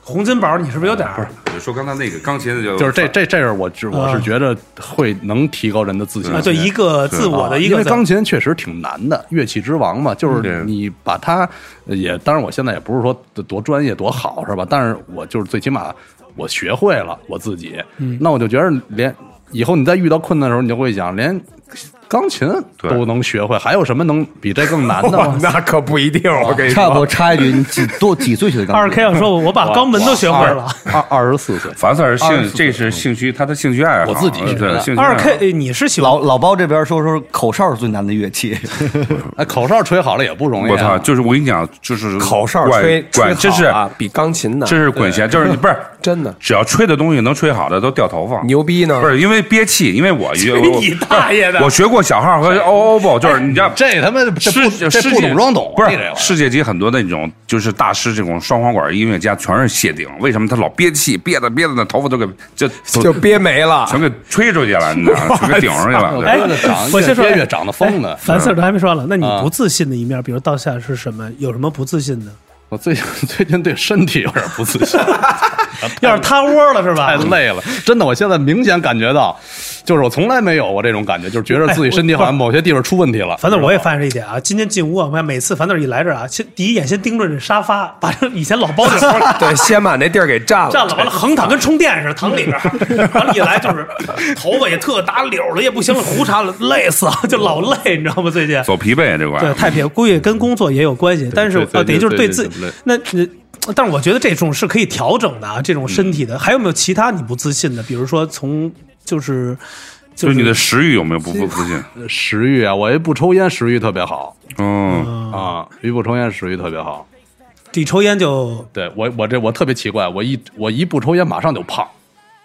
洪金宝，你是不是有点儿？我就说刚才那个钢琴的就就是这这这是我是我是觉得会能提高人的自信啊，心就一个自我的一因个为钢琴确实挺难的，乐器之王嘛，就是你把它也，当然我现在也不是说多专业多好是吧？但是我就是最起码我学会了我自己，那我就觉得连以后你再遇到困难的时候，你就会想，连钢琴都能学会，还有什么能比这更难的哇？吗那可不一定，我跟你差不说。多插一句，你几多几岁学的钢琴？二 K 要说，我 把肛门都学会了。二二十四岁，嗯凡事是兴，这是兴趣，他的兴趣爱好。我自己觉得对兴趣爱好二 K，哎你是喜欢老老包这边说说口哨是最难的乐器，哎，口哨吹好了也不容易、我操，啊。就是我跟你讲，就是口哨管吹吹管，这是好啊，比钢琴难，这是管弦，就是你不是真的只要吹的东西能吹好的都掉头发。牛逼呢不。是因为憋气，因为我我你大爷的我学过小号和 O O b 就是你知道。哎这他妈这世不这世不界懂装懂啊，你不这是玩意儿世界级很多那种就是大师这种双簧管音乐家全是谢顶，为什么他老憋气憋的憋的那头发都给就就憋没了，全给吹出去了，你 知道吗？全给顶上去了。对哎越长我先说越越长得疯嗯呢哎樊 Sir 都还没说完了，那你啊不自信的一面，比如到现在是什么？有什么不自信的？ 我最近最近对身体有点不自信。要是塌窝了是吧 太？累了，真的，我现在明显感觉到，就是我从来没有过这种感觉，就是觉得自己身体好像某些地方出问题了。樊 Sir，正我也发现这一点啊。今天进屋啊，我看每次樊 Sir 一来这儿啊，先第一眼先盯着这沙发，把这以前老包这 对，先把那地儿给占了，占了，完了横躺跟充电似的躺里 边儿，完了一来就是头发也特打绺了，也不行了，胡茬了，累死啊，就老累，你知道吗？最近走疲惫这块对，儿，太平估计跟工作也有关系，但是对对啊，等于就是对对对自对对那呃但是我觉得这种是可以调整的啊，这种身嗯体的，还有没有其他你不自信的？比如说从就是就就是你的食欲有没有不不自信？食欲啊，我一不抽烟，食欲特别好嗯，啊，一不抽烟，食欲特别好。你抽烟就对我，我这我特别奇怪，我一我一不抽烟，马上就胖，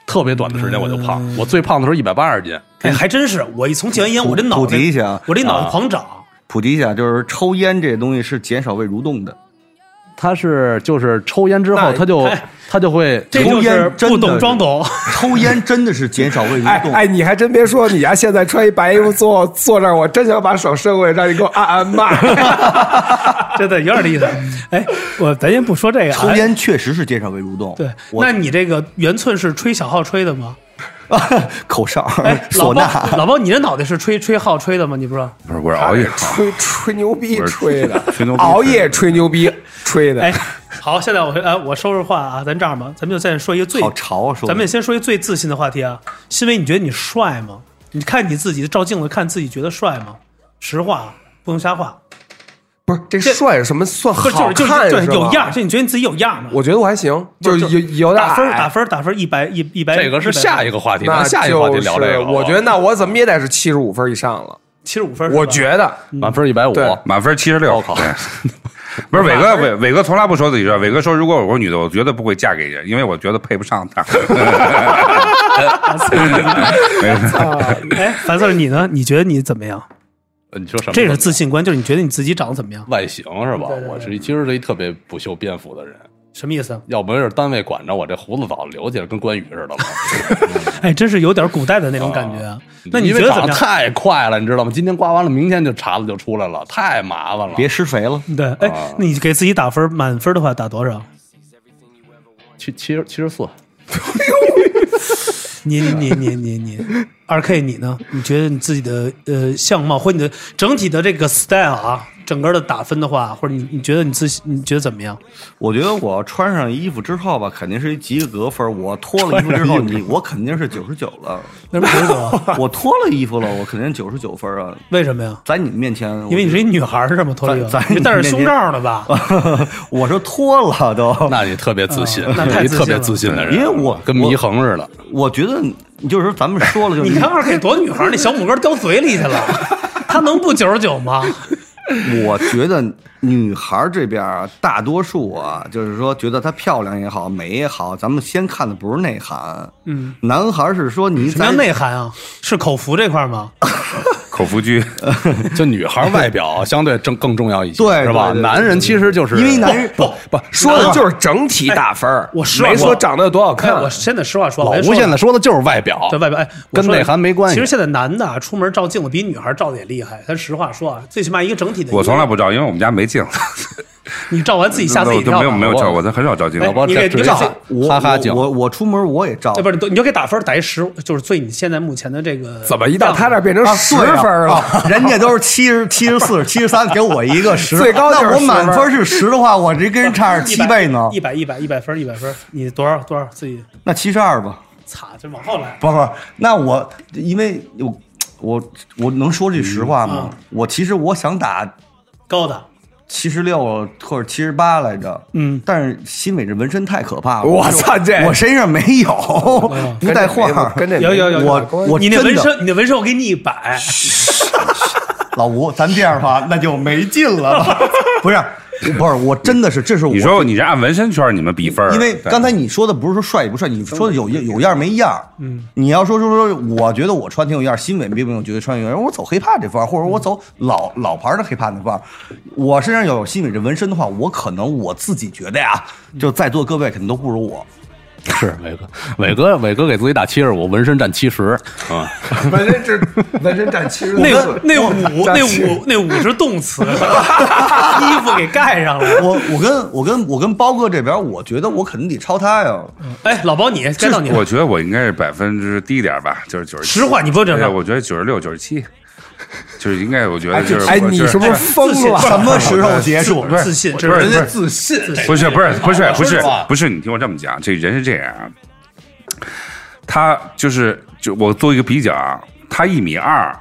特别短的时间我就胖。我最胖的时候一百八十斤，哎，还真是我一从戒完烟，我这脑嗯普袋及一下啊我这脑袋狂长。普及一下，就是抽烟这东西是减少胃蠕动的。他是就是抽烟之后，他就他就会这抽就是烟真不的懂装 懂，抽烟真的是减少胃哎蠕动。哎，你还真别说，你呀、现在穿一白衣服坐 坐这儿，我真想把手伸过去，让你给我 按按脉。真的有点意思。哎，我咱先不说这个啊，抽烟确实是减少胃蠕动。对。我那你这个圆寸是吹小号吹的吗？口哨、哎，老包 唢呐，老包，你这脑袋是吹吹号吹的吗？你不知道？不是，我是熬夜好。吹吹牛逼不是吹的，吹牛逼熬夜吹牛逼吹的。哎，好，现在我哎，我收拾话啊，咱这样吧，咱们就现在说一个最好潮啊！说的咱们先说一个最自信的话题啊。新伟，你觉得你帅吗？你看你自己照镜子，看自己觉得帅吗？实话，啊不能瞎话，不是这这帅是什么算不好是就是就是看就是吧有样儿，就你觉得你自己有样儿吗？我觉哎得我还行，不就是有有点打分儿矮打分儿打分儿一百一一百，这个是下一个话题，那咱下一个话题就是聊这啊个。我觉得那我怎么也得是七十五分以上了，七十五分儿是吧，我觉得满分一百五，对满分七十六高，考对， 不是伟哥，伟伟哥从来不说自己帅。伟哥说，如果我是女的，我绝对不会嫁给人，因为我觉得配不上他。哎，樊 Sir 你呢？你觉得你怎么样？你说什么？这是自信观，就是你觉得你自己长得怎么样？外形是吧？我是其实是一特别不修边幅的人，什么意思啊？要不是单位管着我，这胡子早留起来跟关羽似的了。哎，真是有点古代的那种感觉啊。那你哦因觉为得怎长么得样？太快了，你知道吗？今天刮完了，明天就碴子就出来了，太麻烦了。别施肥了。 对，啊哎，你给自己打分，满分的话打多少？七七十七十四， 你你你你你，二 K 你呢？你觉得你自己的呃相貌或你的整体的这个 style 啊，整个的打分的话，或者你你觉得你自己你觉得怎么样？我觉得我穿上衣服之后吧，肯定是一及格分儿。我脱了衣服之后，你我肯定是九十九了。那不是我，我脱了衣服了，我肯定九十九分儿啊。 为什么呀？在你们面前，我因为你是一女孩儿是吗？脱了衣咱服，咱你戴着胸罩呢吧？我是脱了都。那你特别自 信，啊那太你自信特别了自信的人，因为我跟我祢衡似的。我觉得你就是说咱们说了，就是你看二 K 多女孩儿，那小拇哥叼嘴里去 了，他能不九十九吗？我觉得女孩儿这边儿大多数啊，就是说觉得她漂亮也好，美也好，咱们先看的不是内涵。嗯，男孩儿是说你什么在叫内涵啊？是口服这块儿吗？口服居，就女孩外表相对更更重要一些，对是吧？对对对男人其实就是因为男人不不不说的就是整体打分儿我实话没说长得有多好看哎。我真的实话说，老我先吴说现在说的就是外表，在外边，哎，我跟说内涵没关系其实现在男的啊，出门照镜子比女孩照的也厉害。咱实话说啊，最起码一个整体的。我从来不照，因为我们家没镜子，你照完自己吓自己一都跳吧。啊没有没有照，我我都很少照镜老子。包你给这你给这自己我哈哈我镜，我我出门我也照哎，不是，你就给打分，打一十，就是最你现在目前的这个怎么一到他这样 儿变成十对啊分儿了？啊人家都是七十七十四、七十三，给我一个十，最高就是那我10满分分是十的话，我这跟人差着子七倍呢一，百一百一百分一百分，你多少多少自己那七十二吧。擦，就往后来。不不，那我因为我我我能说句实话吗？我其实我想打高的，七十六或者七十八来着，嗯，但是新伟这纹身太可怕了，我操这我身上没有， 不带画儿，跟这有没有 有，有我我你那真的纹身，你那纹身我给你一百，老吴，咱这样吧，那就没劲了，不是不是，我真的是，这是我你说你是按纹身圈你们比分儿，因为对刚才你说的不是说帅不帅，你说的有样有样没样。嗯，你要说说说，我觉得我穿挺有样，新伟并没有觉得穿有样，我走黑怕这范儿，或者我走老老牌的黑怕那范儿。我身上有新伟这纹身的话，我可能我自己觉得呀，就在座各位肯定都不如我。是伟哥，伟哥，伟哥给自己打七十五，纹身占七十啊，纹身只纹身占七十那那五那五那五是动词， 衣服给盖上了。我我跟我跟我跟包哥这边，我觉得我肯定得超他呀。哎，老包你该到你了我。觉得我应该是百分之低点儿吧，就是九十。实话你不这么哎我觉得九十六、九十七， 就是应该，我啊觉得就是。哎，我你就是不是疯了？什 么时候结束？自自信，这是人人家家自信？不是不是不是不说是实话不是，你听我这么讲，这人是这样啊，他就是就我做一个比较啊，他一米二，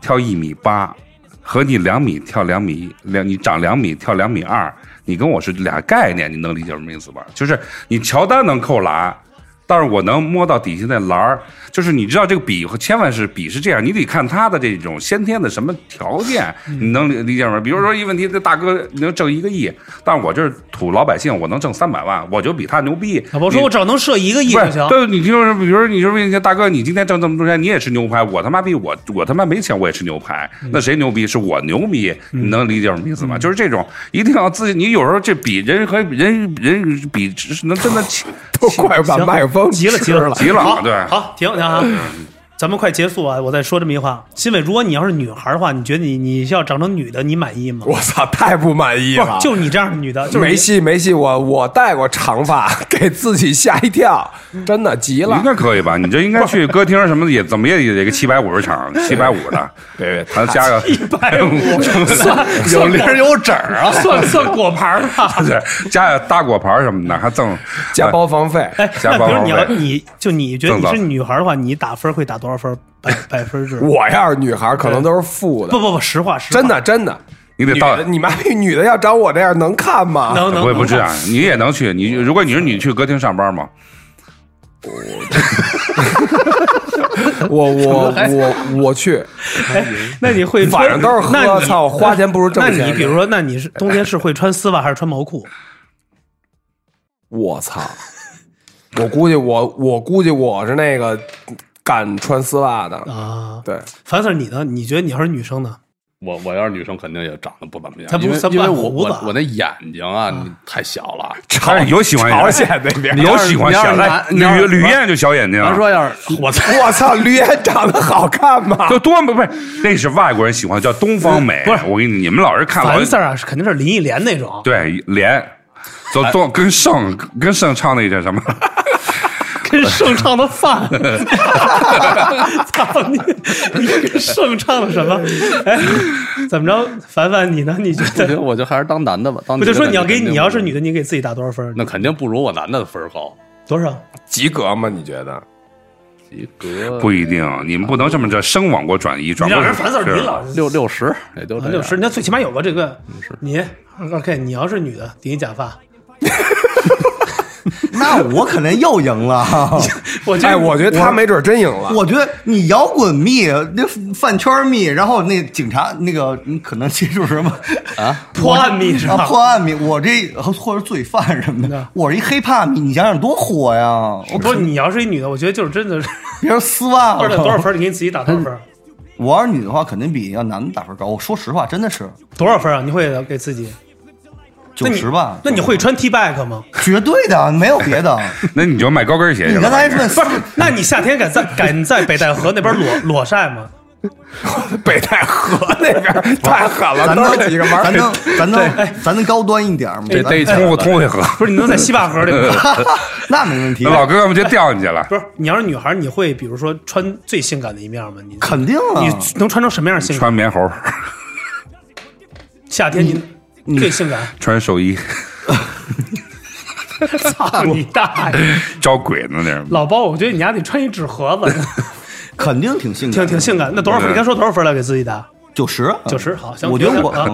跳一米八，和你两米跳两米两，你长两米跳两米二，你跟我是俩概念，你能理解什么意思吧？就是你乔丹能扣篮。但是我能摸到底下那篮儿，就是你知道这个比千万是比是这样，你得看他的这种先天的什么条件，你能理理解吗？比如说一问题，这大哥能挣一个亿，但是我这是土老百姓，我能挣三百万，我就比他牛逼。老包说，你我只要能射一个亿不就是行，。对，你就是比如说，你说问一下大哥，你今天挣这么多钱，你也吃牛排，我他妈逼我我他妈没钱，我也吃牛排，那谁牛逼？是我牛逼，你能理解什么意思吗？就是这种一定要自己，你有时候这比人和人人比，只是能真的气都快把麦克风 急了，急吃了，了，急了好对好，停停啊，咱们快结束啊！我再说这么一话，新伟，如果你要是女孩的话，你觉得你你要长成女的，你满意吗？我操，太不满意了！就你这样的女的，就是没你戏没戏，我我戴过长发， 给自己吓一跳，真的急应了。该可以吧？你这应该去歌厅什么的，也怎么也 得个七百五十场，七百五的，对，他加个一百五， 有零儿有整儿 啊，算算果盘啊吧。对，加个搭果盘什么的，还赠呃加包房费，哎，加那包比如你要费你就你觉得赠你早是女孩的话，你打分会打多少分？百百分制？我要是女孩，可能都是负不的。不不，实话实话真的真的，你得女到的，你妈逼女的要长我这样能看吗？能哦能我也不能知道，你也能去。你如果你是你去歌厅上班吗？我 我哎我我去， 那你会晚上都是喝那你操花钱不如挣钱那你比如说，那你是冬天是会穿丝袜还是穿毛裤？我操！我估计我我估计我是那个敢穿丝袜的，啊，对，樊 Sir，你呢？你觉得你要是女生呢？ 我我要是女生，肯定也长得不怎么样。她不因为她不因为染我胡子我我那眼睛啊，你太小了。但是有喜欢朝眼鲜那边你有喜欢你要是小的，你要是吕吕燕就小眼睛，啊咱说要是我才我操，驴眼长得好看吗？就多么不是，那是外国人喜欢叫东方美，不是我跟你你们老是看老凡事啊，是肯定是林忆莲那种，对脸，走动跟圣跟圣唱那叫什么？ 跟盛 唱的饭，操你！你跟盛唱的什么？哎，怎么着？凡凡，你呢？你觉我觉得得？我就还是当男的吧。当我就说你要给女的肯定你不要是女的，你给自己打多少分？那肯定不如我男的分儿高。多少？及格吗？你觉得？及格不一定，你们不能这么着生往过转移，转你过让人凡事，是你老六哎嗯六十也就这样六十，那最起码有个这个。你 OK，你要是女的，顶一假发，那我可能又赢了。我觉哎，得我觉得他没准真赢了。我觉得你摇滚蜜，那饭圈蜜，然后那警察那个，你可能接触什么啊？破案密是啊吧？破案蜜，我这或者罪犯什么的，我是一黑怕蜜，你想想多火呀！我嗯 不是你要是一女的，我觉得就是真的 是，别说丝袜二点多少了，分？你给你自己打多少分？我要是女的话，肯定比要男的打分高。我说实话，真的是多少分啊？你会给自己九十吧。那你会穿 T back 吗？绝对的，没有 别的。那你就买高跟鞋去你了。刚才问不 是，那你夏天敢在敢在北戴河那边裸裸晒吗？北戴河那边太狠了，咱都能是几个玩咱儿。能咱能咱能高端一点儿吗？这咱得通过通过河，不是，你能在西坝河里吗？那没问题那，老哥们就掉进去了。不是，你要是女孩，你会比如说穿最性感的一面吗？你肯定啊。你能穿成什么样性感？穿棉猴，夏天你最性 感，穿寿衣，操你大爷！招鬼呢那是。老包，我觉得你丫得穿一纸盒子，肯定挺性挺感，挺性感。那多少分？你刚说多少分来给自己打？九十90好行我觉得我啊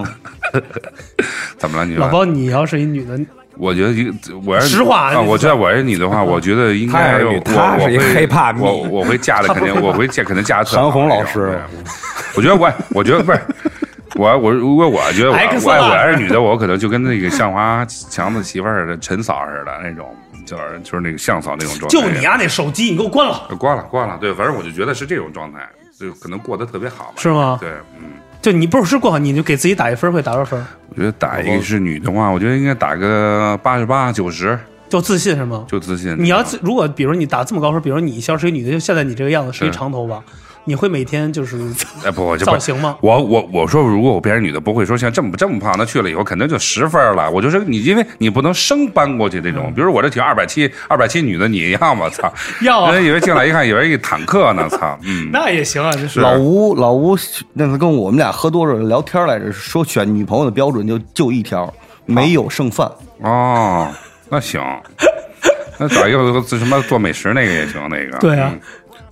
怎么了你？老包，你要是一女的，我觉得一个，我要是实话啊，我知道我要是你的话，我觉得应该他是我女他我是一会黑怕迷我 我会嫁的肯定，我会嫁肯定嫁的特好韩红老那种师对我觉得我我觉得不是。我我如果我觉得我 X 我了我要是女的，我可能就跟那个向华强子媳妇儿似的陈嫂似的那种，就是就是那个向嫂那种状态。就你啊丫那手机，你给我关了。关了关了，对，反正我就觉得是这种状态，就可能过得特别好吧。是吗对，嗯，就你不是过好，你就给自己打一分，会打多少分？我觉得打一个是女的话，我觉得应该打个八十八九十就自信是吗？就自信。啊你要自如果比如你打这么高分，比如你要是一女的，就现在你这个样子是一嗯长头发，你会每天就是哎不，我就不造型吗？我我我说，如果我变成女的，不会说像这么这么胖，那去了以后肯定就十分了。我就说你，因为你不能生搬过去这嗯种，比如我这体二百七，二百七女的你要吗？操， 要啊人以为进来一看，以为一坦克呢，操，嗯，那也行啊，就是老吴，老吴那次跟我们俩喝多了聊天来着，说选女朋友的标准就就一条，没有剩饭。哦，那行，那找一个什么做美食那个也行，那个对啊嗯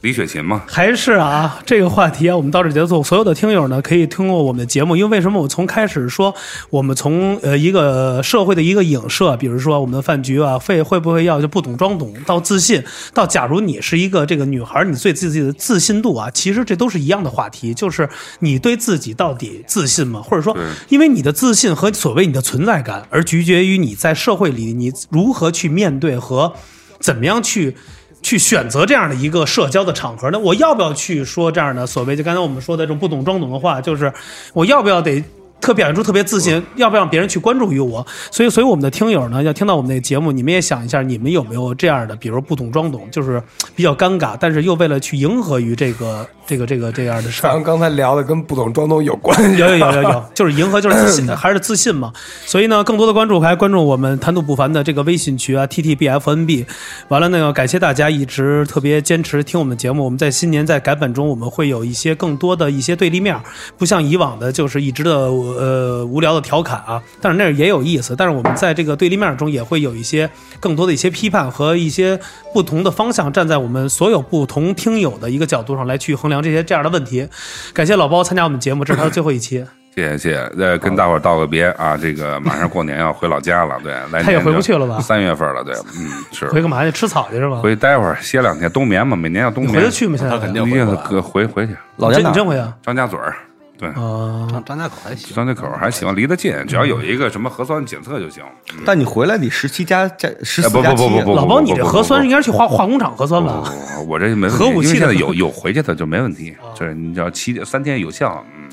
李雪琴嘛，还是啊，这个话题啊，我们到这结束。所有的听友呢，可以通过我们的节目，因为为什么我从开始说，我们从呃一个社会的一个影射，比如说我们的饭局啊，会会不会要就不懂装懂，到自信，到假如你是一个这个女孩，你对自己的自信度啊，其实这都是一样的话题，就是你对自己到底自信吗？或者说，因为你的自信和所谓你的存在感，而取决于你在社会里你如何去面对和怎么样去。去选择这样的一个社交的场合呢？我要不要去说这样的所谓就刚才我们说的这种不懂装懂的话？就是我要不要得特表现出特别自信，要不要让别人去关注于我？所以，所以我们的听友呢，要听到我们那个节目，你们也想一下，你们有没有这样的，比如不懂装懂，就是比较尴尬，但是又为了去迎合于这个这个这个这样的事咱儿们。刚才聊的跟不懂装懂有关系，有有有有有，就是迎合，就是自信，还是自信嘛。所以呢，更多的关注还关注我们谈吐不凡的这个微信群啊，T T B F N B。完了呢，感谢大家一直特别坚持听我们的节目。我们在新年在改版中，我们会有一些更多的一些对立面儿，不像以往的就是一直的呃无聊的调侃啊，但是那儿也有意思。但是我们在这个对立面中也会有一些更多的一些批判和一些不同的方向，站在我们所有不同听友的一个角度上来去衡量这些这样的问题。感谢老包参加我们节目，这是他的最后一期。谢谢谢谢，呃，跟大伙儿道个别啊，这个马上过年要回老家了，对，来他也回不去了吧三月份了，对，嗯，是回干嘛去？吃草去是吧？回待会儿歇两天冬眠嘛，每年要冬你眠，回得去吗？现在他肯定一回定不是来哥回回去，老家真哪你儿？真回啊？张家嘴儿，对，啊，张张家口还行，张家口还行，离得近，只要有一个什么核酸检测就行。嗯但你回来得十七加加十哎四不加不七不，不不，老包，你这核酸应该该是去化化工厂核酸吧？我这没问题核武器因为现在的有有回去的就没问题，就是你只要七三天有效，嗯，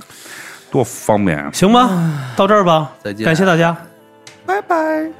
多方便啊！行吧，到这儿吧，再见感谢大家。拜拜。